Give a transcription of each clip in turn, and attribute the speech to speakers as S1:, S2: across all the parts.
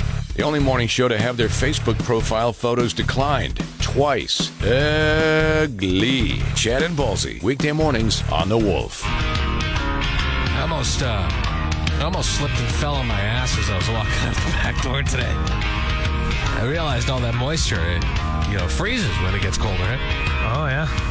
S1: The only morning show to have their Facebook profile photos declined twice. Ugly. Chad and Ballsy, weekday mornings on The Wolf.
S2: I almost, uh, I almost slipped and fell on my ass as I was walking out the back door today. I realized all that moisture, it, you know, freezes when it gets colder. Right?
S3: Oh yeah.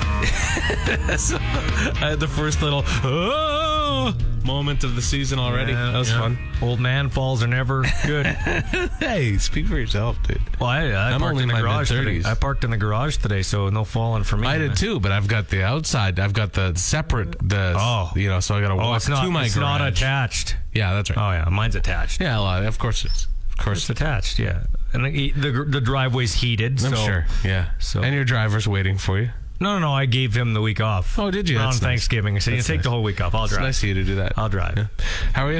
S2: So-
S3: I had the first little oh moment of the season already. that was fun.
S4: Old man falls are never good.
S3: Hey, speak for yourself, dude.
S4: well, I, I
S3: I'm
S4: parked
S3: only
S4: in the
S3: in my
S4: garage today.
S3: mid-thirties.
S4: I parked in the garage today, so no falling for me.
S2: I did too, but I've got the outside. I've got the separate. The
S4: Oh.
S2: you know, so I got to walk
S4: Oh, it's not.
S2: to my
S4: it's
S2: garage.
S4: not attached.
S2: Yeah, that's right.
S4: Oh yeah, mine's attached.
S2: yeah, a lot. Of course it's. Of course
S4: It's attached. Yeah, and the the, the driveway's heated.
S2: I'm
S4: so.
S2: sure. Yeah.
S4: so-
S2: and your driver's waiting for you.
S4: No, no, no. I gave him the week off.
S2: Oh, did you?
S4: On
S2: That's nice.
S4: Thanksgiving, I said, "You
S2: That's
S4: take the
S2: nice.
S4: whole week off. I'll
S2: It's
S4: drive.
S2: nice of you to do that.
S4: I'll drive."
S2: Yeah. How are you?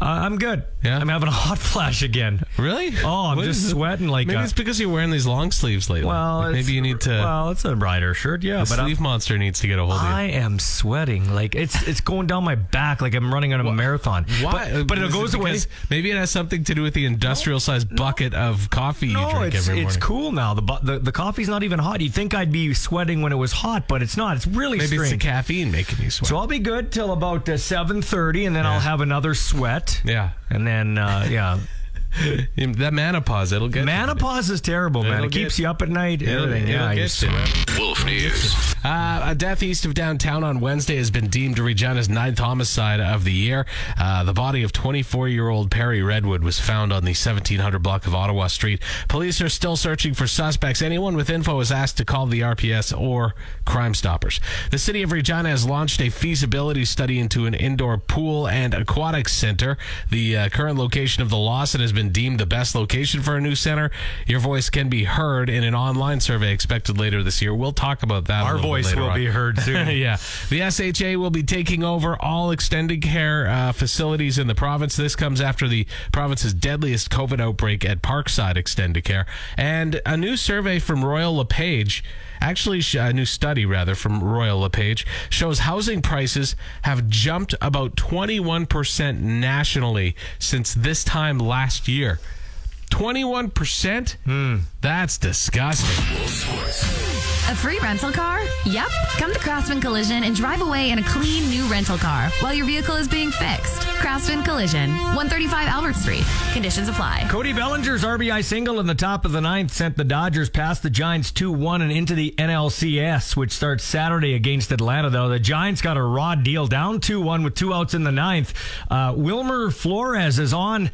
S4: Uh, I'm good.
S2: Yeah?
S4: I'm having a hot flash again.
S2: Really?
S4: Oh, I'm
S2: What
S4: just
S2: is it?
S4: sweating like
S2: Maybe
S4: a-
S2: it's because you're wearing these long sleeves lately.
S4: Well,
S2: Like,
S4: it's-
S2: maybe you need to.
S4: Well, it's a rider shirt, yeah.
S2: the
S4: But I'm,
S2: sleeve monster needs to get a hold of you.
S4: I am sweating. Like it's it's going down my back. Like I'm running on a marathon.
S2: Why?
S4: But, but it
S2: Is
S4: goes away.
S2: because Maybe it has something to do with the industrial-sized bucket of coffee you
S4: No,
S2: drink
S4: it's
S2: every morning.
S4: it's cool now. The, bu- the the coffee's not even hot. You'd think I'd be sweating when it was hot, but it's not. It's really
S2: Maybe it's the
S4: strange.
S2: caffeine making you sweat.
S4: so I'll be good till about uh, seven thirty, and then I'll have another sweat.
S2: yeah,
S4: And then, uh, yeah,
S2: that menopause it'll get
S4: menopause is terrible, man.
S2: It'll
S4: It keeps
S2: get-
S4: you up at night.
S2: It'll,
S4: everything.
S2: it'll
S4: yeah, you're
S2: get you.
S4: sweating.
S1: Wolf News.
S2: Uh, a death east of downtown on Wednesday has been deemed Regina's ninth homicide of the year. Uh, the body of 24 year old Perry Redwood was found on the 1700 block of Ottawa Street. Police are still searching for suspects. Anyone with info is asked to call the RPS or Crime Stoppers. The city of Regina has launched a feasibility study into an indoor pool and aquatic center. The uh, current location of the Lawson has been deemed the best location for a new center. Your voice can be heard in an online survey expected later this year. We'll talk about that. a
S4: Our
S2: little bit
S4: voice
S2: later
S4: will
S2: on.
S4: be heard soon.
S2: yeah. The SHA will be taking over all extended care uh, facilities in the province. This comes after the province's deadliest COVID outbreak at Parkside Extended Care. And a new survey from Royal LePage, actually, sh- a new study rather from Royal LePage, shows housing prices have jumped about 21% nationally since this time last year. 21%?
S4: Hmm.
S2: That's disgusting.
S5: A free rental car? Yep. Come to Craftsman Collision and drive away in a clean new rental car while your vehicle is being fixed. Craftsman Collision, 135 Albert Street. Conditions apply.
S4: Cody Bellinger's RBI single in the top of the ninth sent the Dodgers past the Giants 2 1 and into the NLCS, which starts Saturday against Atlanta, though. The Giants got a raw deal down 2 1 with two outs in the ninth. Uh, Wilmer Flores is on.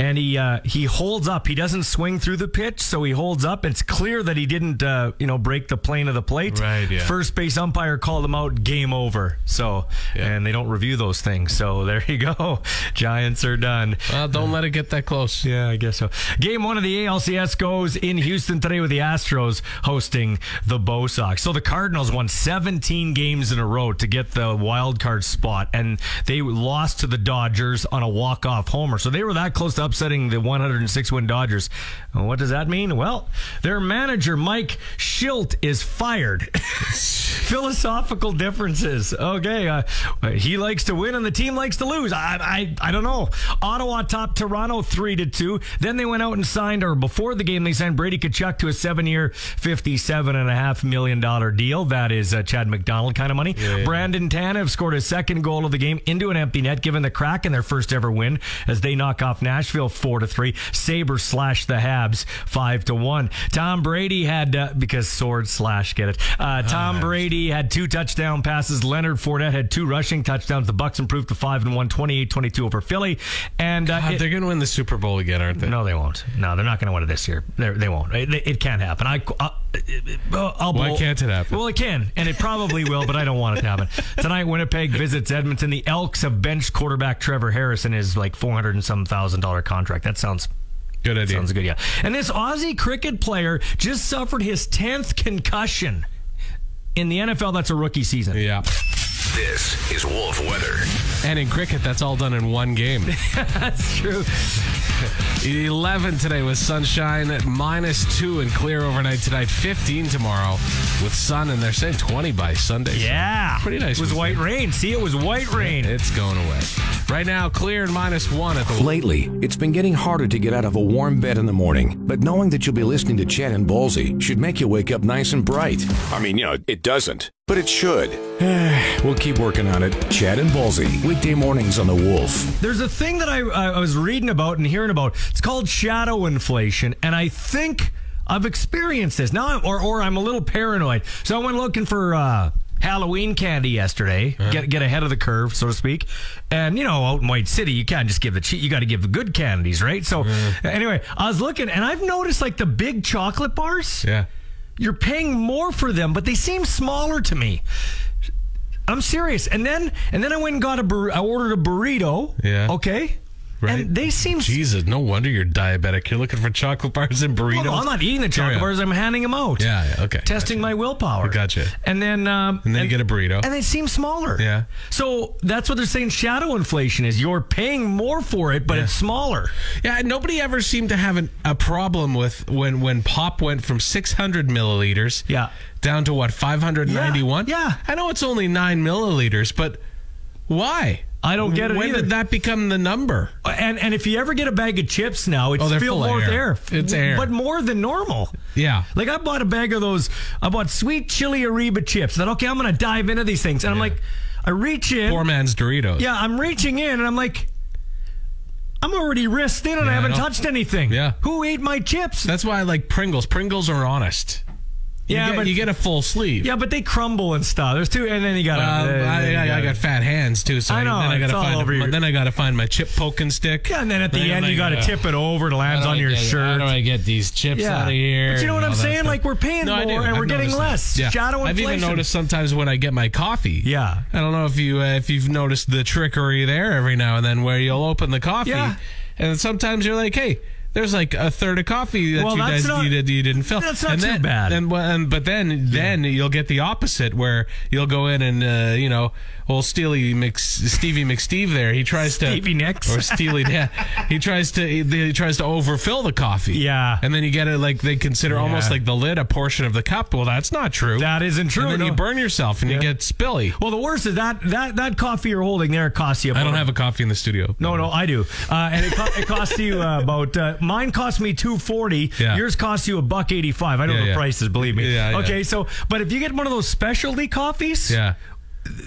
S4: And he uh, he holds up. He doesn't swing through the pitch, so he holds up. It's clear that he didn't, uh, you know, break the plane of the plate.
S2: Right, yeah.
S4: First base umpire called him out. Game over. So, and they don't review those things. So there you go. Giants are done.
S2: Well, don't let it get that close.
S4: Yeah, I guess so. Game one of the ALCS goes in Houston today with the Astros hosting the Bo Sox. So the Cardinals won 17 games in a row to get the wild card spot, and they lost to the Dodgers on a walk off homer. So they were that close to upsetting the 106 win Dodgers. And What does that mean? Well, their manager Mike Schilt is fired. Philosophical differences. Okay, uh, he likes to win and the team likes to lose. I, I, I don't know. Ottawa topped Toronto three to two. Then they went out and signed, or before the game, they signed Brady Kachuk to a seven-year, fifty-seven and a half million dollar deal. That is uh, Chad McDonald kind of money. Brandon Tanev scored his second goal of the game into an empty net, giving the Kraken their first ever win as they knock off Nashville four to three. Sabers slash the Habs five to one. Tom Brady had uh, because sword slash get it. Uh, Tom Brady had two touchdown passes. Leonard Fournette had two rushing touchdowns. The Bucks improved to five and one, 28-22 over Philly. And uh,
S2: God,
S4: it-
S2: they're going to win the Super Bowl again, aren't they?
S4: no, they won't. No, they're not going to win it this year. They're, they won't. It, it can't happen. I, I, I'll
S2: Why
S4: blow-
S2: can't it happen?
S4: Well, it can, and it probably will, but I don't want it to happen. Tonight, Winnipeg visits Edmonton. The Elks have benched quarterback Trevor Harrison his like four hundred and some thousand dollar contract. That sounds
S2: Good idea.
S4: Mm-hmm. sounds good, yeah. And this Aussie cricket player just suffered his tenth concussion in the NFL. That's a rookie season.
S2: Yeah.
S1: This is Wolf Weather.
S2: And in cricket, that's all done in one game.
S4: That's true.
S2: 11 today with sunshine, minus 2 and clear overnight tonight, 15 tomorrow with sun, and they're saying 20 by Sunday. so
S4: Yeah.
S2: Pretty nice
S4: It was white
S2: weekend.
S4: rain. See, it was white rain.
S2: It's going away. Right now, clear and minus 1 at the
S1: Lately, it's been getting harder to get out of a warm bed in the morning, but knowing that you'll be listening to Chad and Ballsy should make you wake up nice and bright. I mean, you know, it doesn't, but it should. we'll keep working on it. Chad and Ballsy, weekday mornings on The Wolf.
S4: There's a thing that I, I I was reading about and hearing about. It's called shadow inflation, and I think I've experienced this now, I'm- or or I'm a little paranoid. So I went looking for uh, Halloween candy yesterday, get get ahead of the curve, so to speak. And you know, out in White City, you can't just give the cheap. You got to give the good candies, right? So anyway, I was looking, and I've noticed like the big chocolate bars.
S2: Yeah.
S4: You're paying more for them, but they seem smaller to me. I'm serious. And then and then I went and got a bur- I ordered a burrito.
S2: Yeah.
S4: Okay.
S2: Right.
S4: And they seem.
S2: Jesus, no wonder you're diabetic. You're looking for chocolate bars and burritos.
S4: Well, no, I'm not eating the
S2: Carry
S4: chocolate
S2: on.
S4: bars. I'm handing them out.
S2: Yeah, yeah, okay.
S4: Testing my willpower.
S2: Gotcha.
S4: And then um,
S2: And then you get a burrito.
S4: And they seem smaller.
S2: Yeah.
S4: So that's what they're saying. Shadow inflation is you're paying more for it, but it's smaller.
S2: Yeah, nobody ever seemed to have an, a problem with when when pop went from 600 milliliters
S4: Yeah.
S2: down to what 591.
S4: Yeah, yeah.
S2: I know it's only nine milliliters, but why?
S4: I don't get it
S2: When
S4: either.
S2: did that become the number?
S4: And and if you ever get a bag of chips now, it's
S2: Oh, they're
S4: filled
S2: full of
S4: more
S2: air.
S4: there.
S2: It's air.
S4: but more than normal.
S2: Yeah.
S4: Like I bought a bag of those. I bought sweet chili Ariba chips. That okay? I'm gonna dive into these things, and I'm like, I reach in.
S2: Poor man's Doritos.
S4: yeah, I'm reaching in, and I'm like, I'm already wrist in, and
S2: Yeah, I
S4: I haven't
S2: know.
S4: touched anything.
S2: Yeah.
S4: Who ate my chips?
S2: That's why I like Pringles. Pringles are honest. You
S4: Yeah,
S2: get-
S4: but-
S2: you get a full sleeve.
S4: yeah, but they crumble and stuff. There's two, and then you got.
S2: Um, I,
S4: to
S2: I, I got fat hands too, so
S4: I know,
S2: then I
S4: it's
S2: gotta
S4: all
S2: find
S4: over
S2: a,
S4: your-
S2: then I gotta find my chip poking stick.
S4: Yeah, and then at the
S2: Then
S4: end
S2: I
S4: you got to
S2: gotta-
S4: tip it over and it lands
S2: How do
S4: on
S2: I
S4: your
S2: get- How
S4: shirt.
S2: do I get these chips
S4: Yeah.
S2: out of here?
S4: But you know what
S2: and
S4: I'm
S2: all that
S4: saying?
S2: stuff.
S4: Like, we're paying
S2: I do.
S4: more and
S2: I've
S4: we're getting
S2: noticed
S4: less.
S2: that.
S4: Shadow
S2: I've even
S4: inflation.
S2: noticed sometimes when I get my coffee.
S4: Yeah.
S2: I don't know if you uh, if you've noticed the trickery there every now and then where you'll open the coffee,
S4: Yeah.
S2: and sometimes you're like, hey. There's like a third of coffee that
S4: Well,
S2: you
S4: that's
S2: guys
S4: not-
S2: you, did, you didn't fill.
S4: that's not
S2: and
S4: too
S2: then,
S4: bad.
S2: And, well, and but then then you'll get the opposite where you'll go in and uh, you know old Steely Mc, Stevie McSteve there he tries to
S4: Stevie Nicks.
S2: or Steely yeah he tries to he, he tries to overfill the coffee
S4: Yeah.
S2: and then you get it like they consider almost
S4: Yeah.
S2: like the lid a portion of the cup well that's not true
S4: That isn't true.
S2: and then
S4: no.
S2: you burn yourself and you get spilly.
S4: Well, the worst is that that that coffee you're holding there costs you.
S2: I don't
S4: about-
S2: have a coffee in the studio.
S4: No, no, I do, uh, and it, co- it costs you uh, about. Uh, mine cost me two forty.
S2: Yeah.
S4: Yours costs you a buck eighty five. I know
S2: Yeah,
S4: the
S2: yeah.
S4: prices, believe me.
S2: Yeah, yeah.
S4: okay, so but if you get one of those specialty coffees,
S2: Yeah.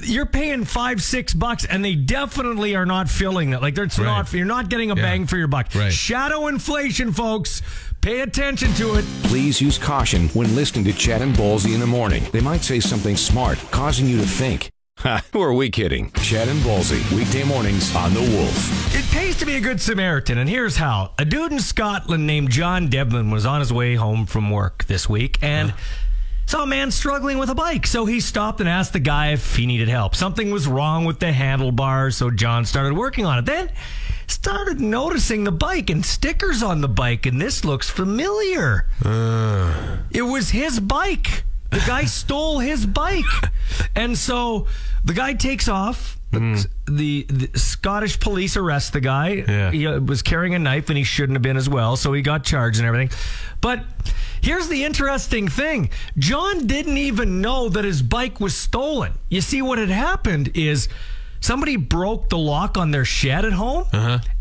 S4: you're paying five six bucks, and they definitely are not filling that. Like it's
S2: Right.
S4: not you're not getting a
S2: Yeah.
S4: bang for your buck.
S2: Right.
S4: Shadow inflation, folks. Pay attention to it.
S1: Please use caution when listening to Chad and Ballsy in the morning. They might say something smart, causing you to think. Ha, who are we kidding? Chad and Ballsy, weekday mornings on The Wolf.
S4: It pays to be a good Samaritan, and here's how. A dude in Scotland named John Devlin was on his way home from work this week and saw a man struggling with a bike. So he stopped and asked the guy if he needed help. Something was wrong with the handlebars, so John started working on it. Then started noticing the bike and stickers on the bike, and this looks familiar. It was his bike. The guy stole his bike. And so the guy takes off. The, the Scottish police arrest the guy.
S2: Yeah.
S4: He uh, was carrying a knife and he shouldn't have been as well, so he got charged and everything. But here's the interesting thing John didn't even know that his bike was stolen. You see, what had happened is somebody broke the lock on their shed at home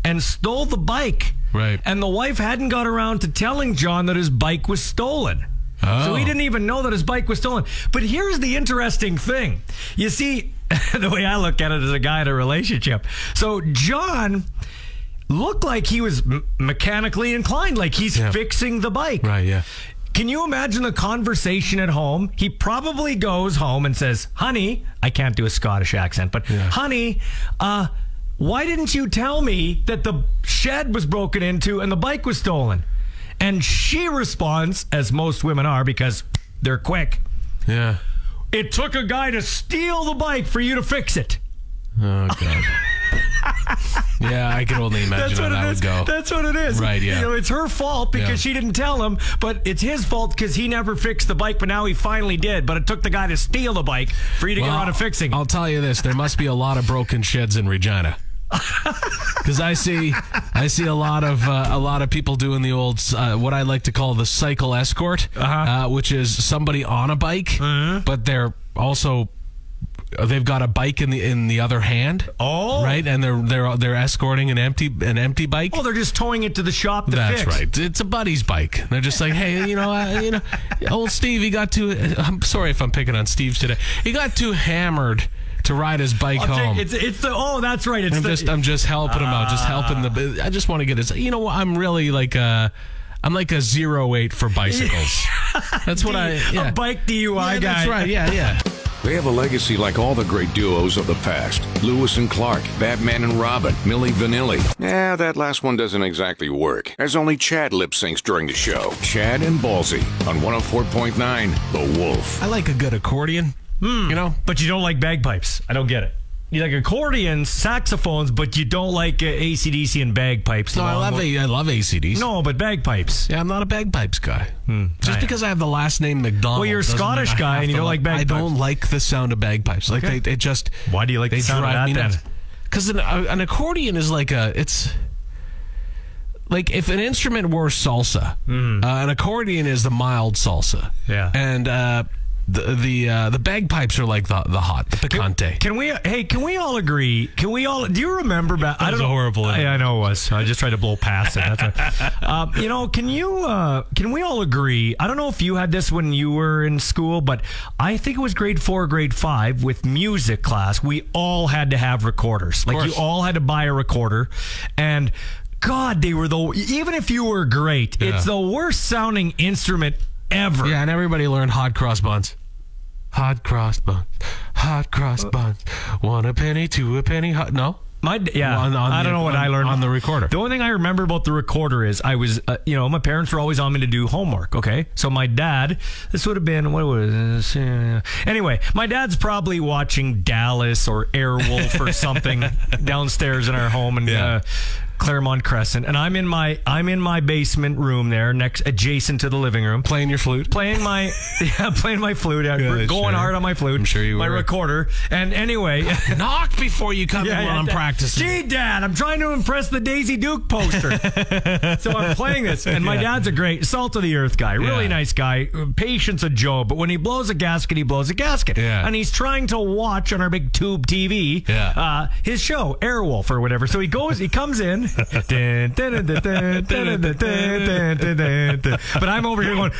S4: and stole the bike.
S2: Right.
S4: And the wife hadn't got around to telling John that his bike was stolen. So he
S2: Oh.
S4: didn't even know that his bike was stolen. But here's the interesting thing. You see, the way I look at it as a guy in a relationship. So John looked like he was m- mechanically inclined, like he's fixing the bike.
S2: Right, yeah.
S4: Can you imagine the conversation at home? He probably goes home and says, Honey, I can't do a Scottish accent, but honey, uh, why didn't you tell me that the shed was broken into and the bike was stolen? And she responds, as most women are, because they're quick.
S2: Yeah.
S4: It took a guy to steal the bike for you to fix it.
S2: Oh god. yeah, I can only imagine
S4: That's
S2: how
S4: what it
S2: that
S4: is.
S2: would go.
S4: That's what it is.
S2: Right, yeah.
S4: You know, it's her fault because
S2: Yeah.
S4: she didn't tell him, but it's his fault because he never fixed the bike, but now he finally did. But it took the guy to steal the bike for you to get
S2: Well, oh,
S4: around to fixing it.
S2: I'll tell you this: there must be a lot of broken sheds in Regina. because I see I see a lot of uh, a lot of people doing the old uh, what I like to call the cycle escort,
S4: Uh-huh.
S2: uh which is somebody on a bike, but they're also they've got a bike in the in the other hand,
S4: Oh,
S2: right? And they're they're they're escorting an empty an empty bike.
S4: Oh, they're just towing it to the shop to
S2: That's
S4: fix.
S2: right. It's a buddy's bike. They're just like, hey, you know, uh, you know, old Steve, he got too. I'm sorry if I'm picking on Steve today. He got too hammered to ride his bike
S4: I'll
S2: home.
S4: take, it's it's the oh, that's right. It's
S2: I'm
S4: the,
S2: just uh, I'm just helping him out, just helping the. I just want to get his. You know what? I'm really like a. I'm like a zero eight for bicycles. That's what I. Yeah.
S4: a bike DUI
S2: Yeah,
S4: guy.
S2: That's right. Yeah, yeah.
S1: They have a legacy like all the great duos of the past Lewis and Clark, Batman and Robin, Millie Vanilli. Yeah, that last one doesn't exactly work, as only Chad lip syncs during the show. Chad and Ballsy on 104.9 The Wolf.
S2: I like a good accordion.
S4: Hmm.
S2: You know,
S4: But you don't like bagpipes. I don't get it. You like accordions, saxophones, but you don't like uh, ACDC and bagpipes.
S2: no, I
S4: Long-
S2: love a, I love ACDs.
S4: No, but bagpipes.
S2: Yeah, I'm not a bagpipes guy. Just
S4: I am.
S2: because I have the last name McDonald.
S4: Hmm. Well, you're a
S2: doesn't mean I
S4: Scottish guy
S2: have
S4: and
S2: to
S4: you don't like
S2: I don't
S4: bagpipes.
S2: like the sound of bagpipes. Like
S4: Okay.
S2: they, it just.
S4: Why do you like
S2: they
S4: the sound of
S2: drive
S4: that
S2: me
S4: then?
S2: nuts. Because an, a- an accordion is like a it's. Like if an instrument were salsa, uh, an accordion is the mild salsa.
S4: Mm-hmm. Yeah.
S2: and uh, the the uh, the bagpipes are like the the hot, the picante.
S4: Can we? Hey, can we all agree? Can we all? Do you remember? Back, I
S3: was
S4: don't know.
S3: a horrible
S4: I,
S3: image.
S4: I know it was. I just tried to blow past it. That's why. um, you know, can you? Uh, can we all agree? I don't know if you had this when you were in school, but I think it was grade four, grade five, with music class. We all had to have recorders. Like you
S2: course.
S4: all had to buy a recorder, and. God, they were the even if you were great, it's the worst sounding instrument ever.
S2: Yeah, and everybody learned hot cross buns. Hot cross buns. Hot cross buns. One a penny, two a penny. Hot, no.
S4: My d- yeah,
S2: On- on
S4: I
S2: the-
S4: don't know what I
S2: on-
S4: learned
S2: on the recorder.
S4: The only thing I remember about the recorder is I was, uh, you know, my parents were always on me to do homework. Okay, so my dad, this would have been what was this? Uh, anyway, my dad's probably watching Dallas or Airwolf or something downstairs in our home in uh, Claremont Crescent, and I'm in my I'm in my basement room there, next adjacent to the living room,
S2: Playing your flute.
S4: playing my yeah, playing my flute, uh, going
S2: sure.
S4: hard on my flute. I'm
S2: sure you
S4: my
S2: were.
S4: recorder, and anyway.
S2: Knock before you come in while I'm
S4: Dad.
S2: practicing.
S4: Gee, Dad, I'm trying to impress the Daisy Duke poster. so I'm playing this, and my dad's a great salt of the earth guy, really
S2: Yeah.
S4: nice guy, uh, patience a Joe. But when he blows a gasket, he blows a gasket,
S2: Yeah.
S4: and he's trying to watch on our big tube TV,
S2: Yeah.
S4: uh, his show Airwolf or whatever. So he goes, he comes in, Dun, dun, dun, dun, dun, dun, dun, dun, dun, dun, dun, dun. but I'm over here going.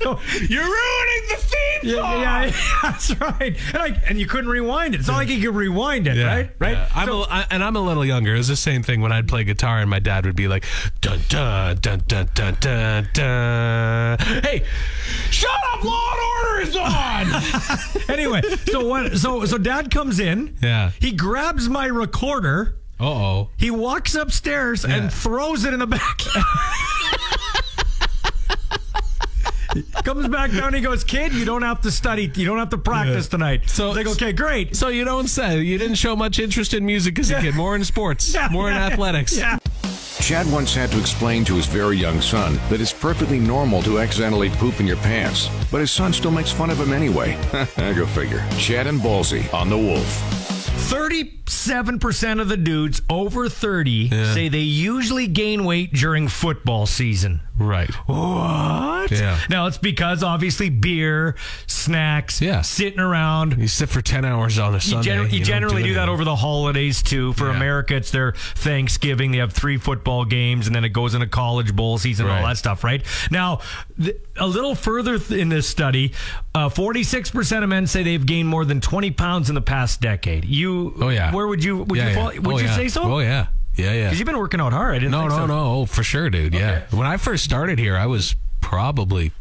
S4: So-
S2: You're ruining the theme
S4: yeah, yeah, yeah, that's right. And, I, and you couldn't rewind it. It's not like you could rewind it, right? Right.
S2: I'm a, I, and I'm a little younger. It was the same thing when I'd play guitar and my dad would be like, dun dun dun dun dun dun dun. Hey, shut up! Law and order is on.
S4: Anyway, so what? So so dad comes in.
S2: Yeah.
S4: He grabs my recorder.
S2: uh oh.
S4: He walks upstairs
S2: Yeah.
S4: and throws it in the back. Comes back down. He goes, kid, you don't have to study. You don't have to practice tonight.
S2: So-
S4: like, okay, great.
S2: So you don't say you didn't show much interest in music as a kid, more in sports,
S4: Yeah,
S2: more in
S4: yeah,
S2: athletics.
S4: Yeah.
S1: Chad once had to explain to his very young son that it's perfectly normal to accidentally poop in your pants, but his son still makes fun of him anyway. Go figure. Chad and Ballsy on The Wolf.
S4: 37% of the dudes over 30 say they usually gain weight during football season.
S2: Right.
S4: What?
S2: Yeah.
S4: Now it's because obviously beer, snacks,
S2: Yeah.
S4: sitting around.
S2: You sit for 10 hours on a
S4: You,
S2: Sunday.
S4: gener- you
S2: don't
S4: generally do, that
S2: anything.
S4: over the holidays too. For
S2: Yeah.
S4: America, it's their Thanksgiving. They have three football games, and then it goes into college bowl season and all
S2: Right.
S4: that stuff. Right now, th- a little further th- in this study, uh, forty-six percent of men say they've gained more than twenty pounds in the past decade. You,
S2: Oh, yeah.
S4: where would you would
S2: Yeah,
S4: you
S2: yeah.
S4: fall, would
S2: Oh,
S4: you
S2: yeah.
S4: say so?
S2: Oh, yeah. Yeah, yeah.
S4: Because you've been working out hard. I didn't.
S2: No,
S4: think
S2: no,
S4: so.
S2: no. Oh, for sure, dude. Yeah. When I first started here, I was probably,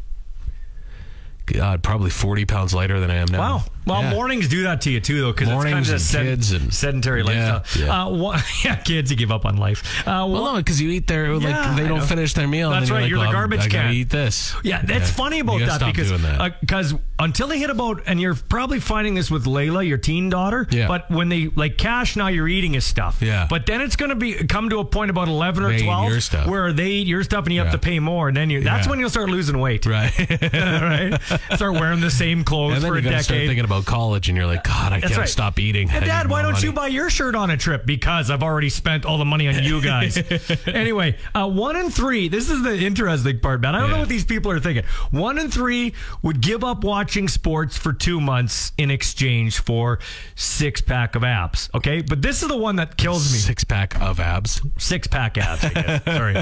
S2: God, probably 40 pounds lighter than I am now.
S4: Wow. Well,
S2: Yeah.
S4: mornings do that to you too, though, because it's kind
S2: Mornings
S4: of
S2: and
S4: sed-
S2: kids and-
S4: sedentary
S2: Yeah,
S4: lifestyle.
S2: yeah.
S4: Uh, wha- yeah, kids, you give up on life. Uh, wha-
S2: Well, no, because you eat their, like,
S4: Yeah,
S2: they
S4: I
S2: don't
S4: know.
S2: finish their meal.
S4: That's
S2: and then You're,
S4: right, you're the
S2: like,
S4: garbage
S2: well, I gotta
S4: can.
S2: eat this.
S4: yeah, that's funny
S2: You
S4: about
S2: gotta
S4: that
S2: stop
S4: because
S2: doing that.
S4: because until they hit about and you're probably finding this with Layla, your teen daughter.
S2: Yeah.
S4: But when they like cash now, you're eating his stuff.
S2: Yeah.
S4: But then it's going to be come to a point about eleven or
S2: They eat
S4: twelve
S2: your stuff.
S4: where they eat your stuff and you
S2: Yeah.
S4: have to pay more, and then you that's
S2: Yeah.
S4: when you'll start losing weight.
S2: right.
S4: right. Start wearing the same clothes
S2: And then
S4: for
S2: you
S4: a
S2: gotta
S4: decade.
S2: start thinking about college and you're like, God, I
S4: That's
S2: can't
S4: right.
S2: stop eating. I
S4: And
S2: need
S4: Dad, why
S2: more
S4: don't you
S2: money."
S4: buy your shirt on a trip? Because I've already spent all the money on you guys. anyway, uh, one in three. This is the interesting part, man. I don't know what these people are thinking. One in three would give up watching sports for two months in exchange for six pack of apps. Okay, but this is the one that kills me.
S2: six pack of abs?
S4: Six pack apps. I guess. Sorry.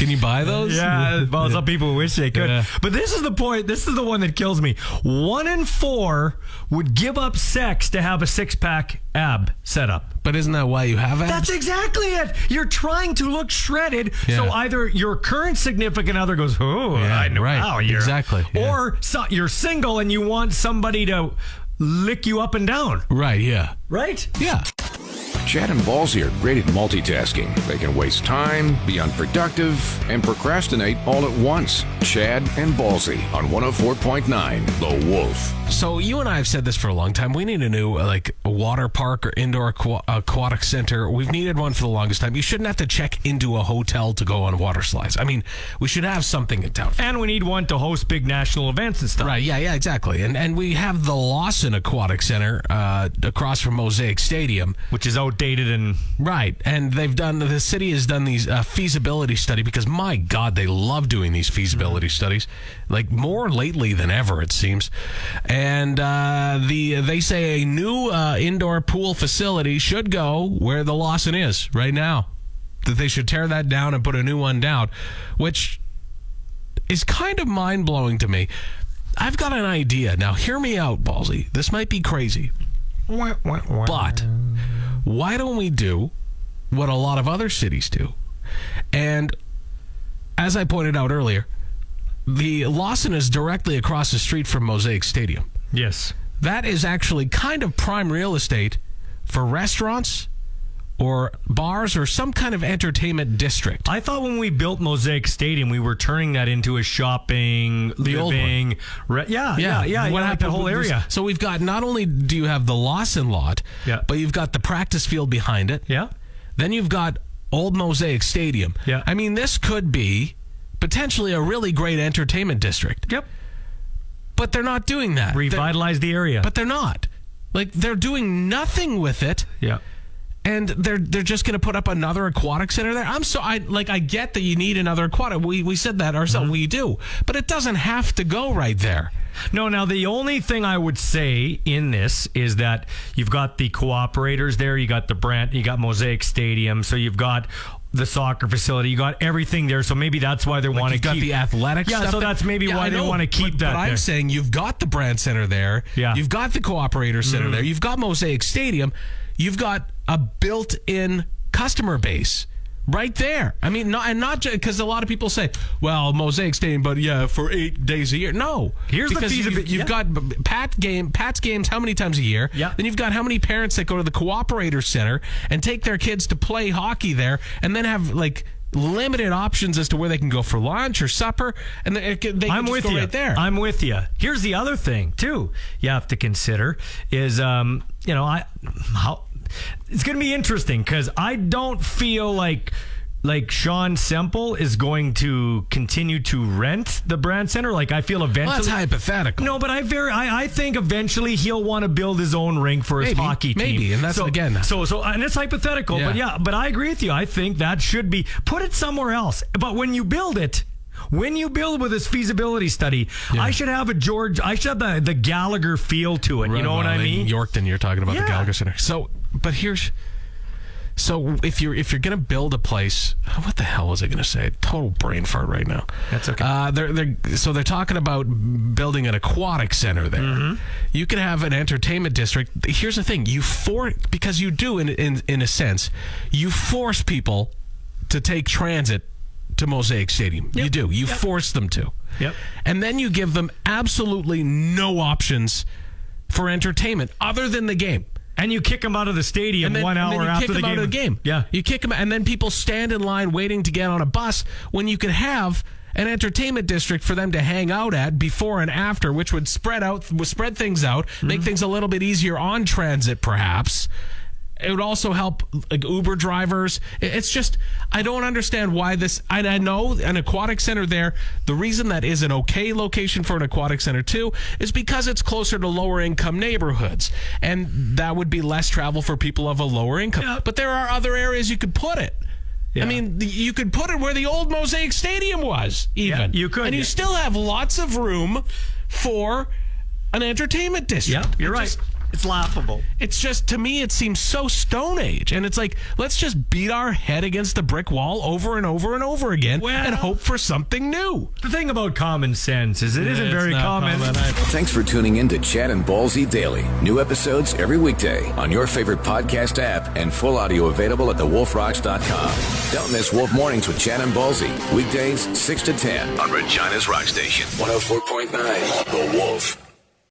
S2: Can you buy those?
S4: Yeah, well, some people wish they could.
S2: Yeah.
S4: But this is the point. This is the one that kills me. One in four would give up sex to have a six pack ab setup.
S2: But isn't that why you have abs?
S4: That's exactly it. You're trying to look shredded. So
S2: Yeah.
S4: either your current significant other goes, "Oh,
S2: Yeah,
S4: I know
S2: right.
S4: how you're,"
S2: Exactly, yeah.
S4: or so, you're single and you want somebody to lick you up and down,
S2: right. Yeah.
S4: right?
S2: Yeah.
S1: Chad and Ballsy are great at multitasking. They can waste time, be unproductive, and procrastinate all at once. Chad and Ballsy on 104.9 The Wolf.
S2: So you and I have said this for a long time. We need a new uh, like water park or indoor aqua- aquatic center. We've needed one for the longest time. You shouldn't have to check into a hotel to go on water slides. I mean, we should have something in town.
S4: And we need one to host big national events and stuff.
S2: Right. Yeah. Yeah. Exactly. And and we have the Lawson Aquatic Center uh, across from Mosaic Stadium.
S4: Which is outdated and
S2: Right, and they've done the city has done these uh, feasibility study because my God, they love doing these feasibility studies, like more lately than ever it seems. And uh, the they say a new uh, indoor pool facility should go where the Lawson is right now. That they should tear that down and put a new one down, which is kind of mind blowing to me. I've got an idea now. Hear me out, Ballsy. This might be crazy, but why don't we do what a lot of other cities do? And as I pointed out earlier, the Lawson is directly across the street from Mosaic Stadium.
S4: yes.
S2: That is actually kind of prime real estate for restaurants or bars or some kind of entertainment district.
S4: I thought when we built Mosaic Stadium, we were turning that into a shopping,
S2: The old
S4: living, re- yeah, yeah, yeah.
S2: What
S4: yeah, like
S2: happened
S4: that whole
S2: with this-
S4: area?
S2: So we've got not only do you have the Lawson lot,
S4: Yeah.
S2: but you've got the practice field behind it.
S4: Yeah.
S2: Then you've got Old Mosaic Stadium.
S4: Yeah.
S2: I mean, this could be potentially a really great entertainment district,
S4: Yep.
S2: but they're not doing that. They're-
S4: Revitalized the area.
S2: but they're not. Like they're doing nothing with it.
S4: yeah.
S2: And they're they're just going to put up another aquatic center there. I'm so I like I get that you need another aquatic. We we said that ourselves.
S4: Mm-hmm.
S2: We do, but it doesn't have to go right there.
S4: No, now the only thing I would say in this is that you've got the cooperators there, you got the Brant, you got Mosaic Stadium, so you've got the soccer facility, you got everything there. So maybe that's why they want to
S2: You've
S4: keep
S2: got the athletic
S4: Yeah,
S2: stuff
S4: so
S2: there.
S4: that's maybe
S2: Yeah,
S4: why
S2: I
S4: they
S2: know,
S4: want to keep
S2: but,
S4: that
S2: But I'm
S4: there.
S2: saying you've got the brand center there.
S4: Yeah. Mm-hmm.
S2: You've got the cooperator center there. You've got Mosaic Stadium. You've got a built-in customer base right there. I mean, not and not because a lot of people say, "Well, Mosaic Stadium, but yeah, for eight days a year." No,
S4: Here's the
S2: because
S4: feasibi-
S2: You've, you've
S4: yeah.
S2: got b- Pat game Pat's games how many times a year?
S4: Yeah.
S2: Then you've got how many parents that go to the cooperator center and take their kids to play hockey there, and then have like limited options as to where they can go for lunch or supper, and they, they can
S4: I'm
S2: just
S4: with
S2: go
S4: you.
S2: right there.
S4: I'm with you. Here's the other thing too. You have to consider is um you know I how it's going to be interesting because I don't feel like like Sean Semple is going to continue to rent the brand center. Like I feel
S2: Well, that's
S4: eventually.
S2: hypothetical.
S4: no, but I very I, I think eventually he'll want to build his own rink for his
S2: Maybe,
S4: hockey team.
S2: maybe, and that's
S4: so,
S2: again-
S4: So so and it's hypothetical, but
S2: Yeah.
S4: yeah, but I agree with you. I think that should be put it somewhere else. But when you build it, when you build with this feasibility study, I should have a George. I should have the, the Gallagher feel to it. you know what I mean?
S2: Yorkton, you're talking about
S4: Yeah.
S2: the Gallagher Center. So, but here's so if you're if you're gonna build a place, what the hell was I gonna say? Total brain fart right now.
S4: That's okay.
S2: Uh, they're they're so they're talking about building an aquatic center there.
S4: Mm-hmm.
S2: You can have an entertainment district. Here's the thing: you for because you do in in in a sense, you force people to take transit to Mosaic Stadium. You do. You force them to.
S4: Yep.
S2: And then you give them absolutely no options for entertainment other than the game.
S4: And you kick him out of the stadium
S2: And then, and
S4: one hour
S2: then you kick
S4: after the
S2: them
S4: game.
S2: out of the game.
S4: Yeah.
S2: You kick them, and then people stand in line waiting to get on a bus when you could have an entertainment district for them to hang out at before and after, which
S4: Mm-hmm.
S2: would spread out, would spread things out, make things a little bit easier on transit, perhaps. It would also help like Uber drivers. I- It's just I don't understand why this. And I know an aquatic center there. The reason that is an okay location for an aquatic center too is because it's closer to lower income neighborhoods, and that would be less travel for people of a lower income. But there are other areas you could put it. I mean, the- you could put it where the old Mosaic Stadium was, even.
S4: you could,
S2: and you
S4: yeah.
S2: still have lots of room for an entertainment district.
S4: Yep, you're
S2: It
S4: right.
S2: just-
S4: it's laughable.
S2: it's just to me, it seems so Stone Age, and it's like let's just beat our head against the brick wall over and over and over again, and hope for something new.
S4: The thing about common sense is it isn't
S3: It's
S4: very
S3: not
S4: common.
S1: Thanks for tuning in to Chad and Ballsy Daily. New episodes every weekday on your favorite podcast app and full audio available at thewolfrocks.com. Don't miss Wolf Mornings with Chad and Ballsy. Weekdays 6 to 10 on Regina's Rock Station. 104.9 The Wolf.